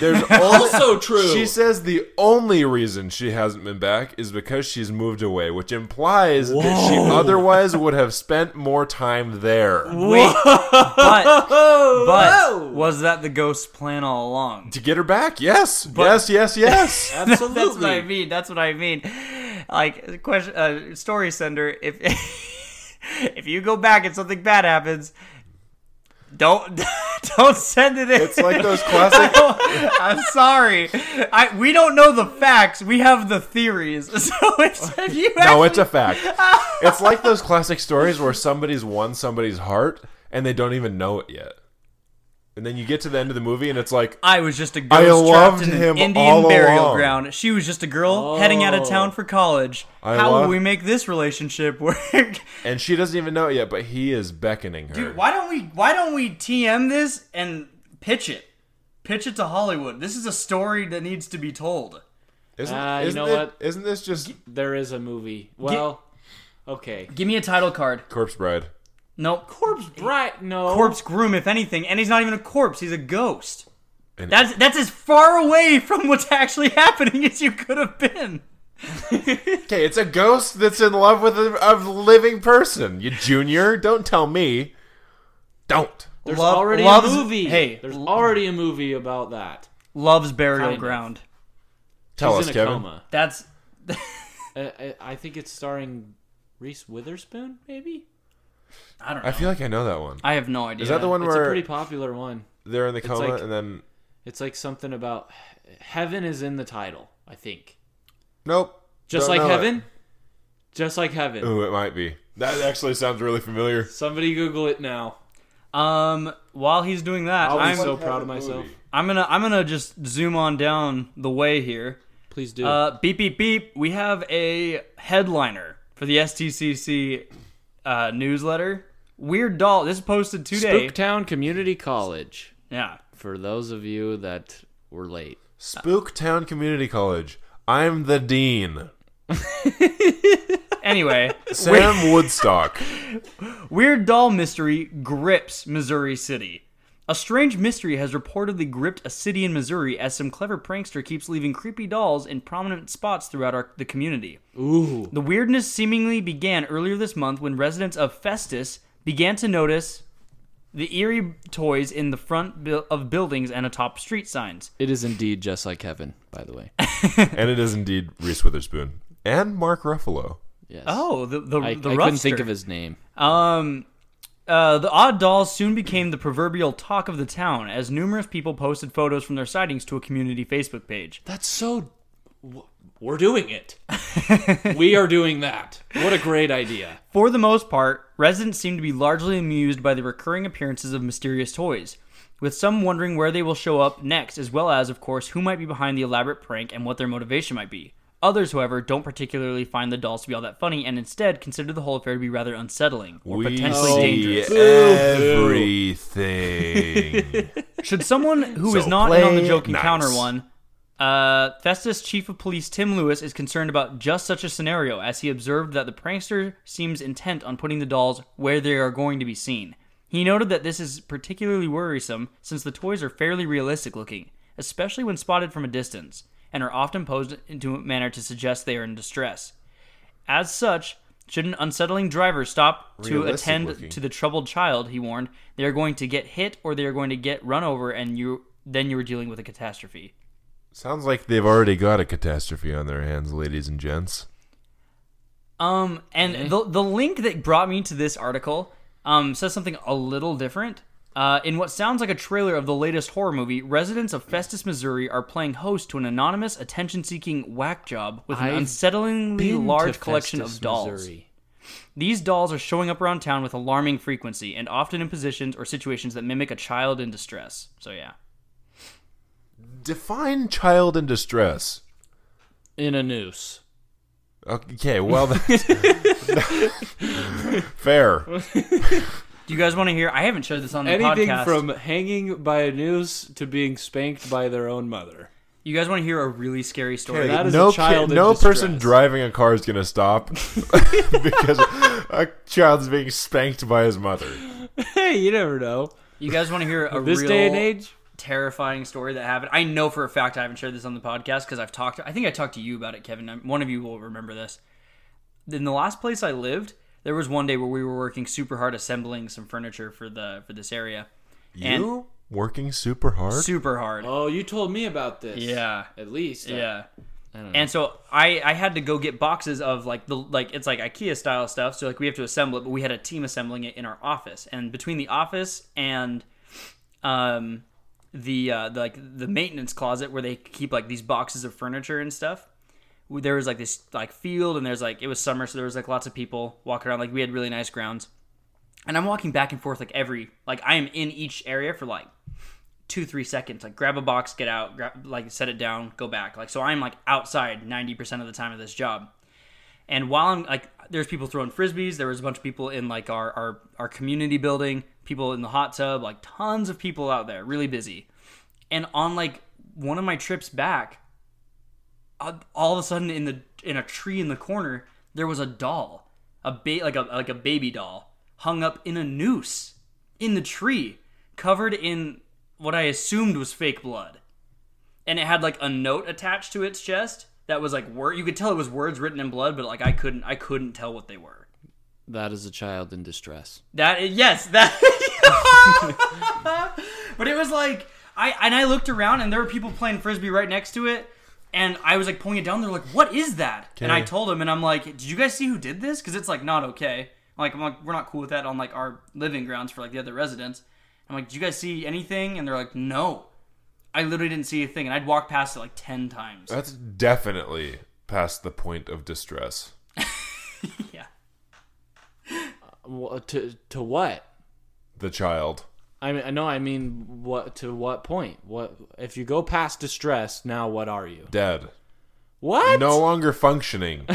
S3: There's also
S2: also true.
S3: She says the only reason she hasn't been back is because she's moved away, which implies that she otherwise would have spent more time there.
S4: Wait, but but was that the ghost's plan all along?
S3: To get her back, yes. yes, yes, yes.
S2: Absolutely.
S4: That's what I mean. That's what I mean. Like question, uh, story sender. If if you go back and something bad happens, don't don't send it in.
S3: it's like those classic
S4: I'm sorry. I we don't know the facts. We have the theories. So it's, if you
S3: No,
S4: actually-
S3: it's a fact. It's like those classic stories where somebody's won somebody's heart and they don't even know it yet. And then you get to the end of the movie and it's like
S4: I was just a
S3: I
S4: girl
S3: loved
S4: trapped in
S3: him
S4: an Indian
S3: all
S4: burial
S3: along. Oh.
S4: ground. She was just a girl heading out of town for college.
S3: I
S4: How will
S3: love-
S4: we make this relationship work?
S3: and she doesn't even know it yet, but he is beckoning her.
S4: Dude, why don't we why don't we TM this and pitch it? Pitch it to Hollywood. This is a story that needs to be told.
S3: isn't,
S2: Ah, you
S3: isn't
S2: know
S3: it-
S2: what?
S3: isn't this just
S2: There is a movie. Well, okay.
S4: Give me a title card.
S3: Corpse Bride?
S4: Nope.
S2: Corpse Bride. No.
S4: Corpse groom, if anything, and he's not even a corpse, he's a ghost.
S3: And-
S4: That's that's as far away from what's actually happening as you could have been.
S3: Okay, it's a ghost that's in love with a, a living person. You junior, don't tell me. Don't.
S2: There's
S4: Love-
S2: already
S4: loves-
S2: a movie.
S4: hey,
S2: there's
S4: l-
S2: already a movie about that.
S4: Love's burial
S2: Kind of.
S4: ground.
S3: Tell
S2: He's
S3: us,
S2: in a
S3: Kevin.
S2: coma.
S4: That's
S2: I, I, I think it's starring Reese Witherspoon. Maybe
S4: I don't know.
S3: I feel like I know that one.
S4: I have no idea.
S3: Is that the one
S2: it's a
S3: where
S2: pretty popular one.
S3: they're in the coma
S2: like-
S3: and then
S2: It's like something about heaven is in the title. I think
S3: nope?
S2: just
S3: don't
S2: like
S3: know it.
S2: heaven, just like heaven.
S3: Ooh, it might be. That actually sounds really familiar.
S2: Somebody Google it now.
S4: Um while he's doing that,
S2: I'll be
S4: I'm,
S2: so proud of myself.
S4: I'm gonna I'm gonna just zoom on down the way here.
S2: Please do.
S4: Uh, beep beep beep. We have a headliner for the STCC uh, newsletter. Weird doll. This is posted today.
S2: Spooktown Community College.
S4: yeah.
S2: For those of you that were late,
S3: Spooktown Community College. I'm the dean.
S4: Anyway,
S3: Sam Woodstock.
S4: weird doll mystery grips Missouri City. A strange mystery has reportedly gripped a city in Missouri as some clever prankster keeps leaving creepy dolls in prominent spots throughout our, the community.
S2: ooh,
S4: The weirdness seemingly began earlier this month when residents of Festus began to notice the eerie toys in the front buil- of buildings and atop street signs.
S2: it is indeed just like heaven. By the way,
S3: and it is indeed Reese Witherspoon. And Mark Ruffalo.
S2: yes.
S4: Oh, the the
S2: I,
S4: the
S2: I couldn't think
S4: Ruffster.
S2: of his name.
S4: Um, uh, the odd dolls soon became the proverbial talk of the town as numerous people posted photos from their sightings to a community Facebook page.
S2: That's so. wh- we're doing it. we are doing that. What a great idea.
S4: For the most part, residents seem to be largely amused by the recurring appearances of mysterious toys, with some wondering where they will show up next, as well as, of course, who might be behind the elaborate prank and what their motivation might be. Others, however, don't particularly find the dolls to be all that funny and instead consider the whole affair to be rather unsettling or
S3: we
S4: potentially
S3: see
S4: dangerous.
S3: everything.
S4: Should someone who is
S3: So
S4: not in on the
S3: play
S4: joke encounter
S3: nice.
S4: one, uh, Festus Chief of Police Tim Lewis is concerned about just such a scenario as he observed that the prankster seems intent on putting the dolls where they are going to be seen. He noted that this is particularly worrisome since the toys are fairly realistic looking, especially when spotted from a distance, and are often posed into a manner to suggest they are in distress. As such, should an unsettling driver stop to
S3: Realistic
S4: attend
S3: looking.
S4: to the troubled child, he warned, they are going to get hit or they are going to get run over and you then you were dealing with a catastrophe.
S3: Sounds like they've already got a catastrophe on their hands, ladies and gents.
S4: Um and
S2: Mm-hmm.
S4: the the link that brought me to this article um says something a little different. Uh, in what sounds like a trailer of the latest horror movie, residents of Festus, Missouri are playing host to an anonymous, attention seeking whack job with an
S2: I've
S4: unsettlingly
S2: Been
S4: large
S2: to
S4: collection
S2: Festus,
S4: of dolls.
S2: Missouri.
S4: These dolls are showing up around town with alarming frequency and often in positions or situations that mimic a child in distress. So yeah.
S3: Define child in distress.
S2: In a noose.
S3: Okay, well, that's fair.
S4: Do you guys want to hear? I haven't shared this on the
S2: Anything
S4: podcast.
S2: from hanging by a noose to being spanked by their own mother.
S4: you guys want to hear a really scary story?
S2: That is
S3: no
S2: a child
S3: kid-
S2: in
S3: no person
S2: distress.
S3: driving a car is going to stop because a child's being spanked by his mother.
S2: Hey, you never know.
S4: you guys want to hear a
S2: This
S4: real
S2: day and age,
S4: terrifying story that happened? I know for a fact I haven't shared this on the podcast because I've talked. I think I talked to you about it, Kevin. I'm- One of you will remember this. In the last place I lived, there was one day where we were working super hard assembling some furniture for the for this area. And-
S3: You working super hard?
S4: Super hard.
S2: Oh, you told me about this.
S4: Yeah.
S2: At least. I-
S4: Yeah. And so I I had to go get boxes of like the like it's like IKEA style stuff. So like we have to assemble it, but we had a team assembling it in our office. And between the office and um the uh the, like the maintenance closet where they keep like these boxes of furniture and stuff. There was like this like field and there's like it was summer so there was like lots of people walking around like we had really nice grounds. And I'm walking back and forth like every like I am in each area for like two three seconds like grab a box get out grab, like set it down go back like so i'm like outside 90% of the time of this job and while i'm like there's people throwing frisbees there was a bunch of people in like our our, our community building people in the hot tub like tons of people out there really busy and on like one of my trips back uh, all of a sudden in the in a tree in the corner there was a doll a ba- like a like a baby doll hung up in a noose in the tree covered in what i assumed was fake blood and it had like a note attached to its chest that was like word you could tell it was words written in blood but like i couldn't i couldn't tell what they were
S2: That is a child in distress.
S4: that yes, that. but it was like I and I looked around and there were people playing frisbee right next to it, and I was like pulling it down. They're like, "What is that?" And I
S3: Okay.
S4: told them, and I'm like, "Did you guys see who did this? Because it's like not okay. Like I'm like we're not cool with that on like our living grounds for like the other residents." I'm like, "Did you guys see anything?" And they're like, "No." I literally didn't see a thing, and I'd walked past it like ten times.
S3: That's definitely past the point of distress.
S4: yeah.
S2: Wha- To to what?
S3: The child.
S2: I mean, I know. I mean, what to what point? What if you go past distress? Now, what are you?
S3: Dead.
S2: What?
S3: No longer functioning.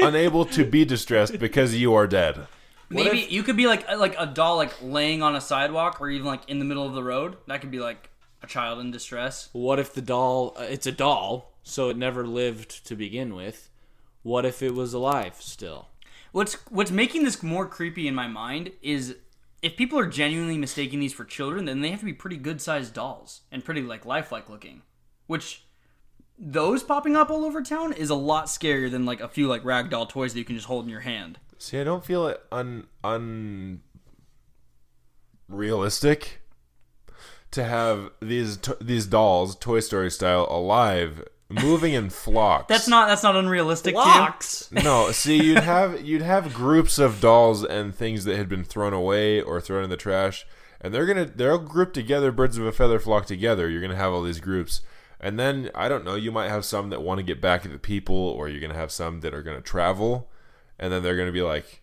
S3: Unable to be distressed because you are dead.
S4: Maybe you could be like like a doll like laying on a sidewalk or even like in the middle of the road. That could be like a child in distress.
S2: What if the doll? uh, It's a doll, so it never lived to begin with. What if it was alive still?
S4: What's what's making this more creepy in my mind is if people are genuinely mistaking these for children, then they have to be pretty good sized dolls and pretty like lifelike looking. Which those popping up all over town is a lot scarier than like a few like ragdoll toys that you can just hold in your hand.
S3: See, I don't feel it un un realistic to have these to- these dolls, Toy Story style, alive, moving in flocks.
S4: That's not that's not unrealistic. Tim.
S3: no. See, you'd have you'd have groups of dolls and things that had been thrown away or thrown in the trash, and they're gonna they're all grouped together. Birds of a feather flock together. You're gonna have all these groups, And then I don't know, you might have some that want to get back at the people, or you're gonna have some that are gonna travel, and then they're gonna be like,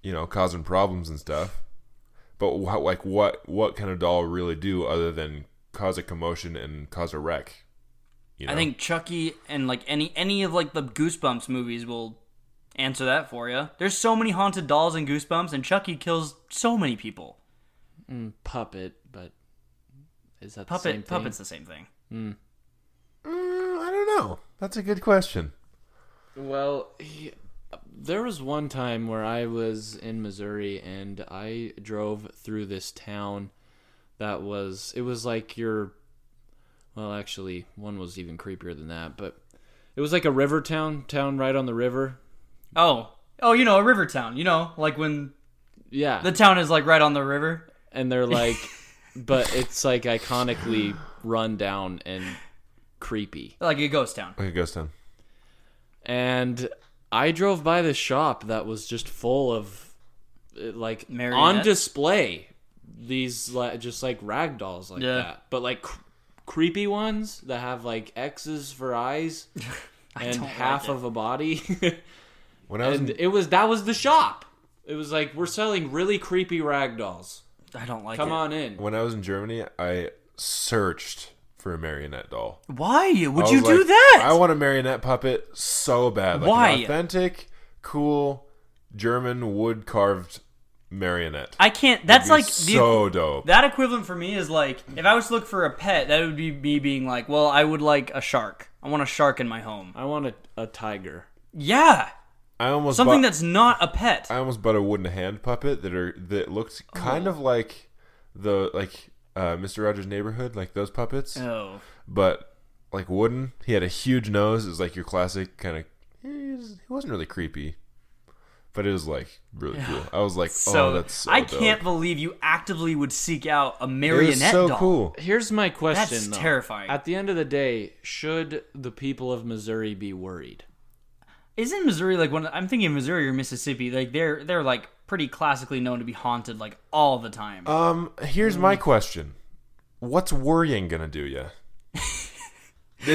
S3: you know, causing problems and stuff. But what, like, what what can a doll really do other than cause a commotion and cause a wreck? You
S4: I think Chucky and like any any of like the Goosebumps movies will answer that for you. There's so many haunted dolls in Goosebumps, and Chucky kills so many people.
S2: puppet, but is that the
S4: Puppet,
S2: same thing?
S4: puppet's the same thing.
S3: Mm, I don't know. That's a good question.
S2: Well, he, there was one time where I was in Missouri and I drove through this town that was it was like your well, actually, one was even creepier than that, but it was like a river town, town right on the river.
S4: Oh, oh, you know, a river town. You know, like when
S2: Yeah.
S4: the town is like right on the river.
S2: and they're like but it's like iconically run down and creepy.
S4: like a ghost town.
S3: Okay, ghost town.
S2: and I drove by the shop that was just full of uh, like on
S4: Marionettes?
S2: display these like just like rag dolls like
S4: Yeah.
S2: that, but like cr- creepy ones that have like X's for eyes and
S4: don't like
S2: half
S4: it.
S2: of a body,
S3: When I was
S2: and
S3: in,
S2: it was that was the shop. It was like we're selling really creepy rag dolls.
S4: I don't like
S2: Come
S4: it.
S2: on in.
S3: when I was in Germany, I searched for a marionette doll.
S4: Why would
S3: I
S4: you
S3: was
S4: do
S3: like,
S4: that?
S3: I want a marionette puppet so bad. Like
S4: Why?
S3: An authentic, cool German wood carved marionette.
S4: I can't. That's like the,
S3: so dope.
S4: that equivalent for me is like if I was to look for a pet, that would be me being like, well, I would like a shark. I want a shark in my home.
S2: I want a, a tiger.
S4: Yeah,
S3: I almost
S4: something
S3: bought,
S4: that's not a pet.
S3: I almost bought a wooden hand puppet that are that looked kind
S4: Oh.
S3: of like the like uh, Mr. Rogers' Neighborhood, like those puppets,
S4: Oh,
S3: but like wooden. He had a huge nose. It was like your classic kind of. He was- he wasn't really creepy, but it was like really cool. I was like,
S4: so,
S3: oh, that's so
S4: I
S3: dope.
S4: can't believe you actively would seek out a
S3: It was
S4: marionette
S3: so
S4: doll.
S3: cool.
S2: Here's my question.
S4: That's
S2: though.
S4: terrifying.
S2: At the end of the day, should the people of Missouri be worried?
S4: Isn't Missouri like one? I'm thinking Missouri or Mississippi. Like they're they're like pretty classically known to be haunted like all the time.
S3: Um, here's my
S4: Hmm.
S3: question: What's worrying gonna do you?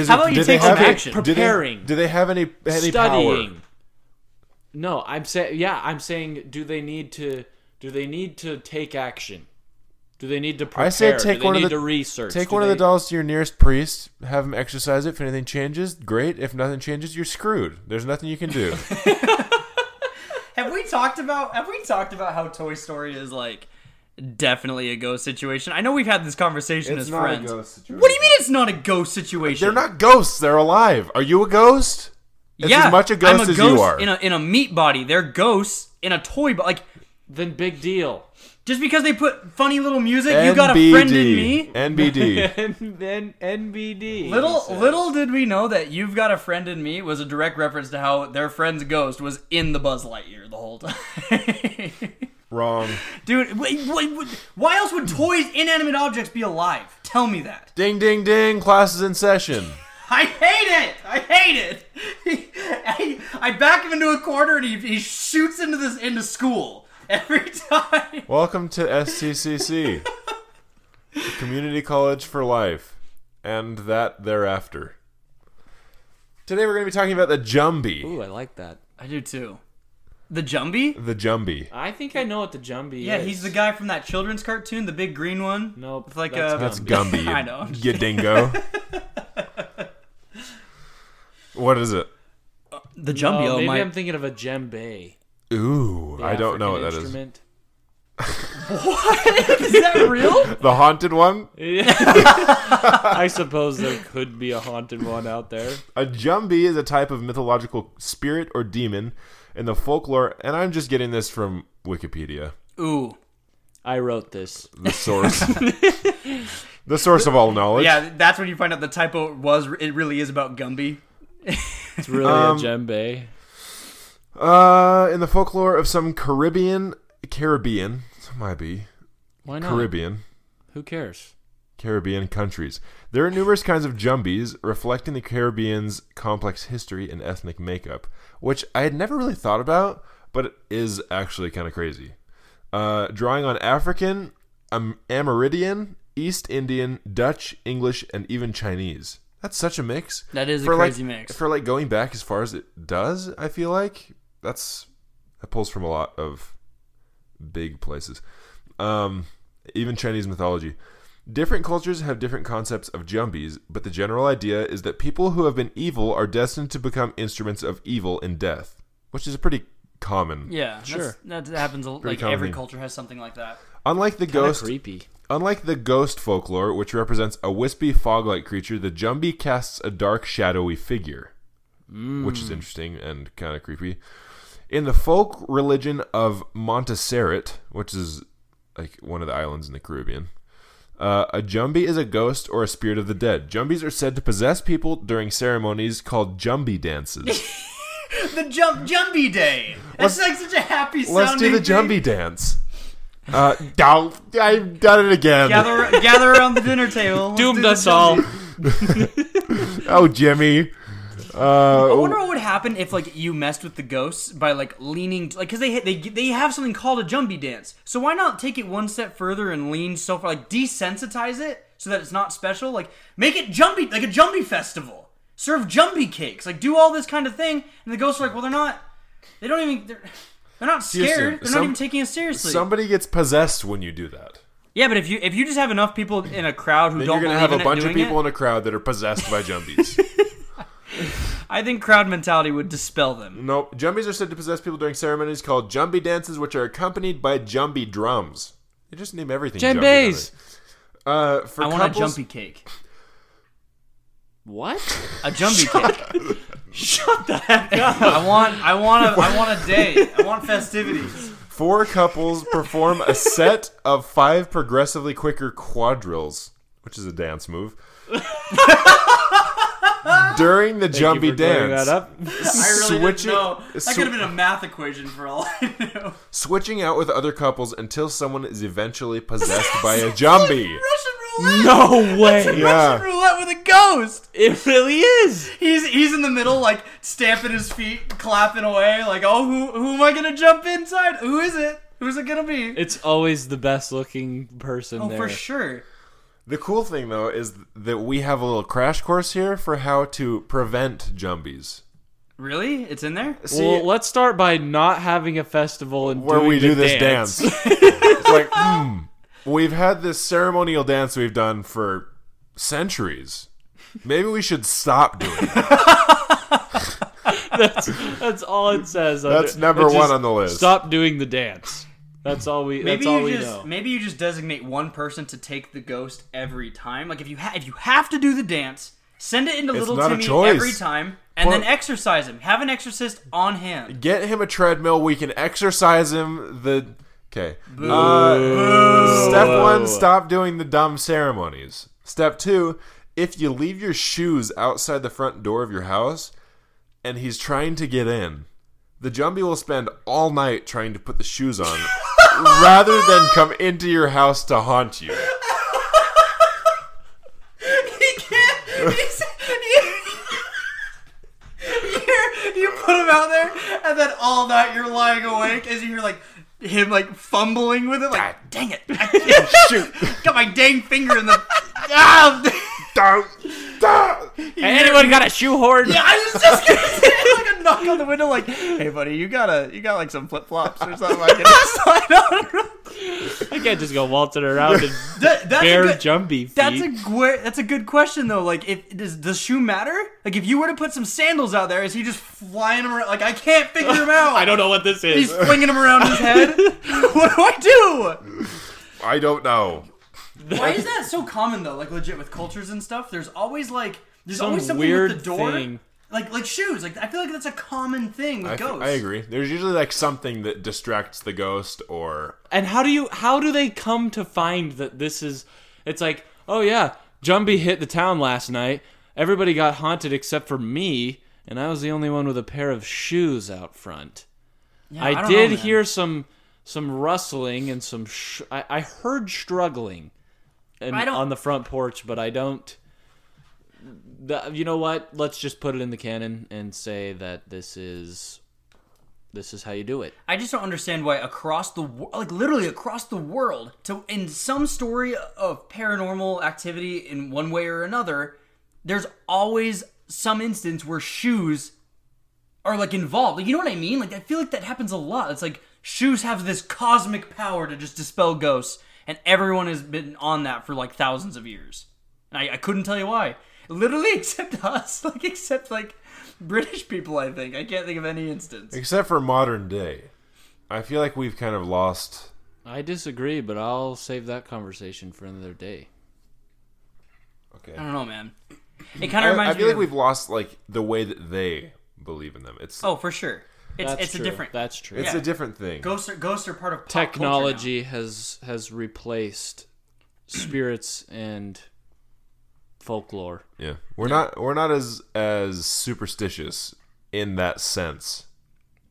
S4: How about you take some action?
S2: Preparing.
S3: Do they, have any any
S2: studying.
S3: power?
S2: No, I'm saying yeah, I'm saying do they need to do they need to take action? Do they need to prepare?
S3: I say
S2: do
S3: take
S2: they
S3: one of
S2: need
S3: the
S2: to research.
S3: Take
S2: Do
S3: one of the
S2: they-
S3: dolls to your nearest priest. Have him exercise it. If anything changes, great. If nothing changes, you're screwed. There's nothing you can do.
S4: Have we talked about have we talked about how Toy Story is like definitely a ghost situation? I know we've had this conversation as friends.
S3: situation.
S4: What do you mean it's not a ghost situation?
S3: They're not ghosts. They're alive. Are you a ghost? It's
S4: yeah,
S3: as much a
S4: I'm
S3: ghost
S4: a
S3: as
S4: ghost
S3: you are.
S4: In a in a meat body. They're ghosts in a toy but like
S2: Then big deal.
S4: just because they put funny little music, you got a
S3: NBD.
S4: friend in me.
S3: NBD.
S2: And then NBD.
S4: Little little did we know that you've got a friend in me was a direct reference to how their friend's ghost was in the Buzz Lightyear the whole time.
S3: Wrong.
S4: Dude, wait, wait, wait, why else would toys, inanimate objects, be alive? Tell me that.
S3: Ding ding ding. Class is in session.
S4: I hate it. I hate it. I, I back him into a corner and he, he shoots into this into school every time.
S3: Welcome to SCCC, Community College for Life, and that thereafter. Today we're going to be talking about the Jumbie.
S2: Ooh, I like that.
S4: I do too. The Jumbie?
S3: The Jumbie.
S2: I think I know what the Jumbie
S4: Yeah,
S2: is.
S4: he's the guy from that children's cartoon, the big green one.
S2: Nope,
S4: With like uh,
S2: that's
S4: a
S3: That's
S2: Gumby.
S3: Gumby. You,
S4: I know.
S3: You dingo. what is it?
S4: the
S2: Oh,
S4: Jumbie. Oh,
S2: maybe
S4: my!
S2: I'm thinking of a djembe.
S3: Ooh, I don't know what that is.
S2: instrument.
S4: Is that real?
S3: The haunted one?
S2: I suppose there could be a haunted one out there.
S3: A Jumbie is a type of mythological spirit or demon in the folklore, and I'm just getting this from Wikipedia.
S4: Ooh.
S2: I wrote this.
S3: the source the source of all knowledge
S4: Yeah, that's when you find out the typo was it really is about Gumby.
S2: It's really
S3: Um,
S2: a djembe.
S3: uh in the folklore of some caribbean caribbean might be
S2: Why not?
S3: caribbean
S2: Who cares?
S3: caribbean countries there are numerous kinds of jumbies reflecting the caribbean's complex history and ethnic makeup which i had never really thought about but it is actually kind of crazy uh, drawing on african um, amerindian East Indian, Dutch, English, and even Chinese. That's such a mix.
S4: That is a
S3: For, like-
S4: crazy mix.
S3: For like going back as far as it does, I feel like that's that pulls from a lot of big places. Um, even Chinese mythology. Different cultures have different concepts of jumbies, but the general idea is that people who have been evil are destined to become instruments of evil in death, which is a pretty common.
S4: yeah,
S2: Sure.
S4: That's, that happens. a- Like
S3: common
S4: every
S3: thing.
S4: culture has something like that.
S3: Unlike the
S2: Kinda
S3: ghost,
S2: creepy.
S3: Unlike the ghost folklore, which represents a wispy fog like creature, the Jumbi casts a dark, shadowy figure, which
S4: Hmm.
S3: is interesting and kind of creepy. In the folk religion of Montserrat, which is like one of the islands in the Caribbean, uh, a Jumbi is a ghost or a spirit of the dead. Jumbis are said to possess people during ceremonies called Jumbi dances.
S4: The jump jumpy day. That's like such a happy sounding.
S3: Let's do the
S4: thing.
S3: Jumbi dance. Uh, oh, I've done it again.
S4: Gather, gather around the dinner table. Let's do
S2: Doomed
S4: the
S2: us all.
S3: Oh, Jimmy. Uh,
S4: I wonder what would happen if like you messed with the ghosts by like leaning like because they ha- they they have something called a jumpy dance. So why not take it one step further and lean so far like desensitize it so that it's not special? Like make it jumpy like a jumpy festival. Serve jumpy cakes. Like do all this kind of thing, and the ghosts are like, well, they're not. They don't even. They're, they're not scared.
S3: Houston,
S4: they're
S3: some-
S4: not even taking it seriously.
S3: Somebody gets possessed when you do that.
S4: yeah, but if you if you just have enough people in a crowd who
S3: Then
S4: don't
S3: you're gonna
S4: believe
S3: have a
S4: in it
S3: bunch of
S4: doing
S3: people
S4: it,
S3: in a crowd that are possessed by jumbies.
S4: I think crowd mentality would dispel them.
S3: nope. Jumbies are said to possess people during ceremonies called jumbie dances, which are accompanied by jumbie drums. They just name everything jumbie,
S2: Jumbies.
S3: don't they? Uh, for
S4: I want
S3: couples,
S4: a jumpy cake.
S2: What?
S4: A jumpy cake.
S2: Shut the heck up.
S4: I want, I want a, I want a day. I want festivities.
S3: four couples perform a set of five progressively quicker quadrilles, which is a dance move. during the
S2: Thank you
S3: jumbie
S2: for clearing
S3: dance,
S2: that up.
S4: I really
S3: Switch it-
S4: didn't know. That
S3: sw-
S4: could have been a math equation for all I know.
S3: switching out with other couples until someone is eventually possessed by a jumbie.
S4: Russian roulette.
S2: No way.
S3: Yeah.
S4: Russian roulette with a ghost.
S2: It really is.
S4: He's he's in the middle, like stamping his feet, clapping away, like, oh, who who am I gonna jump inside? Who is it? Who's it gonna be?
S2: It's always the best looking person
S4: oh,
S2: there.
S4: for sure.
S3: The cool thing though is that we have a little crash course here for how to prevent jumbies.
S4: Really? It's in there.
S3: See
S2: well, let's start by not having a festival and
S3: where
S2: doing
S3: we
S2: the
S3: do this
S2: dance.
S3: dance. it's like, hmm, we've had this ceremonial dance we've done for centuries. Maybe we should stop doing it.
S2: That's all it says.
S3: That's number
S2: It's
S3: one on the list.
S2: Stop doing the dance. That's all we. that's
S4: Maybe
S2: all
S4: you
S2: we
S4: just
S2: know.
S4: maybe you just designate one person to take the ghost every time. Like if you ha- if you have to do the dance, send it into little
S3: not a
S4: Timmy
S3: choice.
S4: every time, and
S3: Well-
S4: then exercise him. Have an exorcist on hand.
S3: Get him a treadmill. We can exercise him. The okay. Uh, Step one: stop doing the dumb ceremonies. Step two: if you leave your shoes outside the front door of your house, and he's trying to get in, the jumbie will spend all night trying to put the shoes on, rather than come into your house to haunt you.
S4: He can't. He's, you, you put him out there, and then all night you're lying awake as you hear like him like fumbling with it. Like, dang it! I can't-
S3: Shoot!
S4: got my dang finger in the. Ah!
S3: Don't! Don't!
S2: Anyone got a shoehorn?
S4: Yeah, I was just gonna say like a knock on the window, like, "Hey, buddy, you gotta, you got like some flip flops or something." I can slide on.
S2: I can't just go waltzing around in
S4: That, that's
S2: bare
S4: a good,
S2: jumpy feet.
S4: that's a gwe- that's a good question though. Like, if does the shoe matter? Like, if you were to put some sandals out there, is he just flying them around? Like, I can't figure him out.
S2: I don't know what this
S4: He's
S2: is.
S4: flinging them around his head. what do I do?
S3: I don't know.
S4: Why is that so common though? Like, legit with cultures and stuff, there's always like, there's
S2: Some
S4: always something
S2: weird
S4: with the door.
S2: thing.
S4: Like, like shoes. Like, I feel like that's a common thing with
S3: I,
S4: ghosts.
S3: I agree. There's usually like something that distracts the ghost or
S2: And how do you? How do they come to find that this is? It's like, oh yeah, Jumbie hit the town last night. Everybody got haunted except for me, and I was the only one with a pair of shoes out front.
S4: Yeah,
S2: I,
S4: don't
S2: did
S4: know, man.
S2: hear some some rustling and some. Sh- I, I heard struggling, and
S4: I don't-
S2: on the front porch, but I don't. The, you know what? Let's just put it in the canon and say that this is This is how you do it.
S4: I just don't understand why across the wo- like literally across the world to in some story of paranormal activity in one way or another, there's always some instance where shoes are like involved. Like, you know what I mean? Like I feel like that happens a lot. It's like shoes have this cosmic power to just dispel ghosts, and everyone has been on that for like thousands of years. And I, I couldn't tell you why. Literally, except us. Like except like British people. I think I can't think of any instance.
S3: Except for modern day. I feel like we've kind of lost.
S2: I disagree, but I'll save that conversation for another day.
S3: Okay.
S4: I don't know, man. It
S3: I,
S4: kind of
S3: I
S4: Mm. reminds
S3: feel
S4: me.
S3: like
S4: of,
S3: we've lost like the way that they believe in them. It's
S4: oh, for sure. It's
S2: That's
S4: it's
S2: true.
S4: a different
S2: That's true.
S3: it's
S4: yeah.
S3: a different thing.
S4: ghosts. Are, ghosts are part of pop culture now.
S2: Technology has has replaced spirits and folklore.
S3: Yeah, we're not we're not as as superstitious in that sense.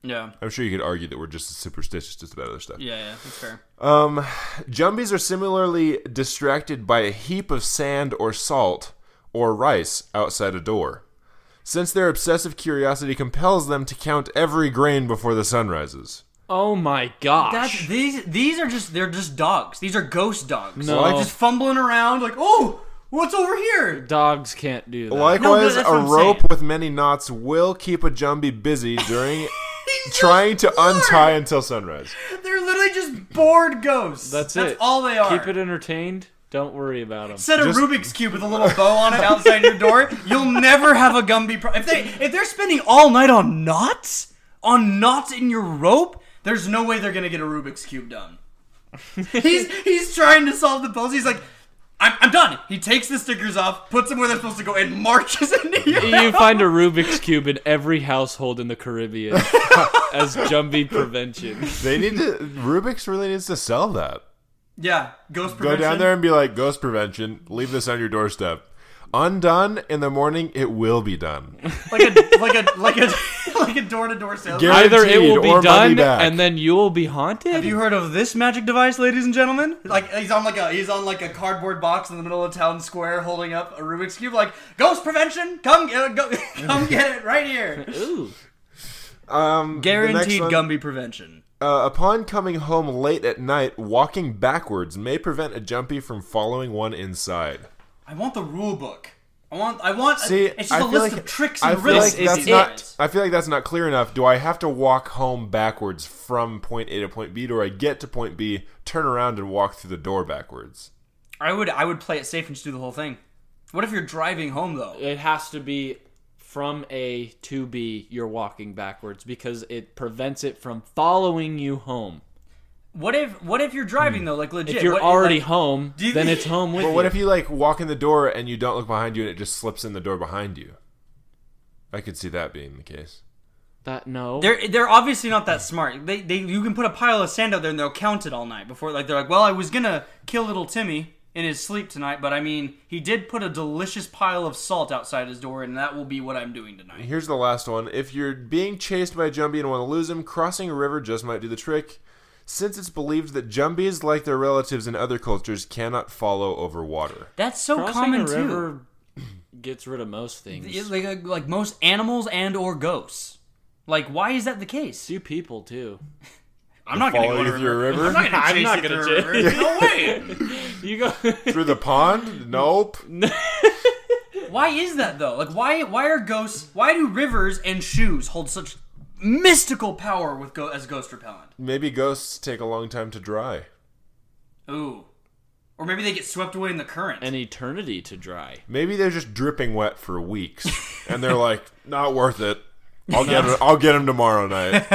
S4: Yeah,
S3: I'm sure you could argue that we're just as superstitious just about other stuff.
S4: yeah, yeah. That's fair.
S3: Um, jumbies are similarly distracted by a heap of sand or salt or rice outside a door. Since their obsessive curiosity compels them to count every grain before the sun rises.
S2: Oh my gosh.
S4: That's these. These are just they're just dogs. These are ghost dogs.
S2: No.
S4: like just fumbling around like oh what's over here.
S2: Dogs can't do that.
S3: Likewise,
S4: that's
S3: a
S4: what I'm
S3: rope
S4: saying.
S3: with many knots will keep a jumbie busy during trying to untie until sunrise.
S4: They're literally just bored ghosts.
S2: That's,
S4: That's
S2: it.
S4: all they are.
S2: Keep it entertained. Don't worry about them.
S4: Set a
S3: Just-
S4: Rubik's cube with a little bow on it outside your door. You'll never have a Gumby problem. If they if they're spending all night on knots, on knots in your rope, there's no way they're gonna get a Rubik's cube done. he's he's trying to solve the puzzle. He's like, I'm, I'm done. He takes the stickers off, puts them where they're supposed to go, and marches into your
S2: You find a Rubik's cube in every household in the Caribbean as jumbie prevention.
S3: They need to Rubik's really needs to sell that.
S4: Yeah, ghost
S3: Go
S4: prevention.
S3: down there and be like ghost prevention. Leave this on your doorstep. Undone in the morning, it will be done.
S4: like a like a like a like a door to door sale.
S3: Guaranteed,
S2: Either it will
S3: or
S2: be
S3: money
S2: done,
S3: back.
S2: and then you will be haunted.
S4: Have you heard of this magic device, ladies and gentlemen? Like he's on like a he's on like a cardboard box in the middle of town square, holding up a Rubik's cube. Like ghost prevention, come uh, go, come get it right here.
S2: Ooh.
S3: um, the next
S4: Guaranteed
S3: one,
S4: Gumby prevention.
S3: Uh, upon coming home late at night, walking backwards may prevent a jumpy from following one inside.
S4: I want the rule book. I want I want.
S3: See,
S4: it's just
S3: I
S4: a
S3: feel
S4: list
S3: like-
S4: of tricks
S3: I
S4: and
S3: feel
S4: riddles.
S3: like
S2: This
S3: that's
S2: is
S3: not. I feel like that's not clear enough. Do I have to walk home backwards from point A to point B? Do I get to point B, turn around, and walk through the door backwards?
S4: I would I would play it safe and just do the whole thing. What if you're driving home though?
S2: It has to be from A to B. You're walking backwards because it prevents it from following you home.
S4: What if what if you're driving though? Like legit,
S2: If you're
S4: what-
S2: already
S4: like-
S2: home,
S4: you
S2: then
S4: think-
S2: it's home with
S3: But what
S2: you.
S3: if you like walk in the door and you don't look behind you and it just slips in the door behind you? I could see that being the case.
S2: that no.
S4: They're they're obviously not that smart. They they you can put a pile of sand out there and they'll count it all night before like they're like, well, I was gonna kill little Timmy in his sleep tonight, but I mean, he did put a delicious pile of salt outside his door, and that will be what I'm doing tonight.
S3: Here's the last one. If you're being chased by a Jumbie and want to lose him, crossing a river just might do the trick. Since it's believed that Jumbies, like their relatives in other cultures, cannot follow over water.
S4: That's so
S2: Crossing
S4: common
S2: a
S4: too.
S2: river gets rid of most things.
S4: It's Like like most animals and or ghosts. Like, why is that the case?
S2: Few people too.
S4: I'm not gonna
S3: follow
S4: go to
S3: you through a river?
S4: I'm not gonna
S2: I'm
S4: chase
S2: not
S4: you
S2: gonna
S4: through a
S2: chase-
S4: river. No way.
S2: You go.
S3: Through the pond? Nope.
S4: Why is that though? Like why why are ghosts why do rivers and shoes hold such mystical power with go- as ghost repellent?
S3: Maybe ghosts take a long time to dry.
S4: Ooh. Or maybe they get swept away in the current.
S2: An eternity to dry.
S3: Maybe they're just dripping wet for weeks, and they're like, "Not worth it. I'll get him. I'll get him tomorrow night.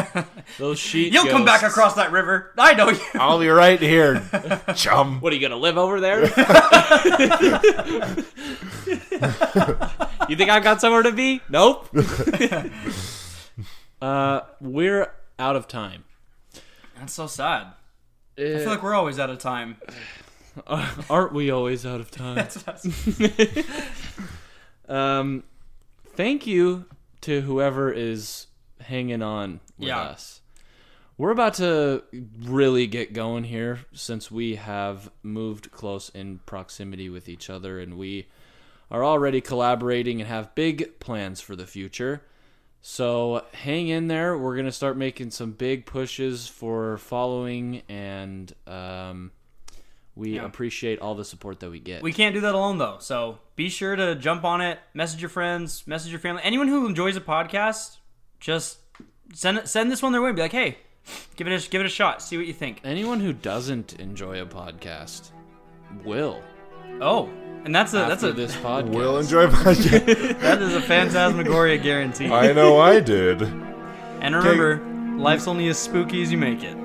S2: Those sheep.
S4: You'll come back
S2: ghosts.
S4: across that river. I know you.
S3: I'll be right here, chum."
S2: What are you gonna live over there? you think I've got somewhere to be? Nope. uh, we're out of time.
S4: That's so sad. I feel like we're always out of time.
S2: Uh, Aren't we always out of time? um, thank you to whoever is hanging on with
S4: Yeah.
S2: us. We're about to really get going here since we have moved close in proximity with each other and we are already collaborating and have big plans for the future. So hang in there. We're gonna start making some big pushes for following, and um, we
S4: Yeah.
S2: appreciate all the support that we get.
S4: We can't do that alone though. So be sure to jump on it. Message your friends. Message your family. Anyone who enjoys a podcast, just send it, send this one their way. Be like, hey, give it a give it a shot. See what you think.
S2: Anyone who doesn't enjoy a podcast will
S4: Oh, and that's a that's
S2: after
S4: a
S2: this podcast.
S3: We'll enjoy podcast.
S4: that is a phantasmagoria guarantee.
S3: I know I did.
S4: And remember, life's only as spooky as you make it.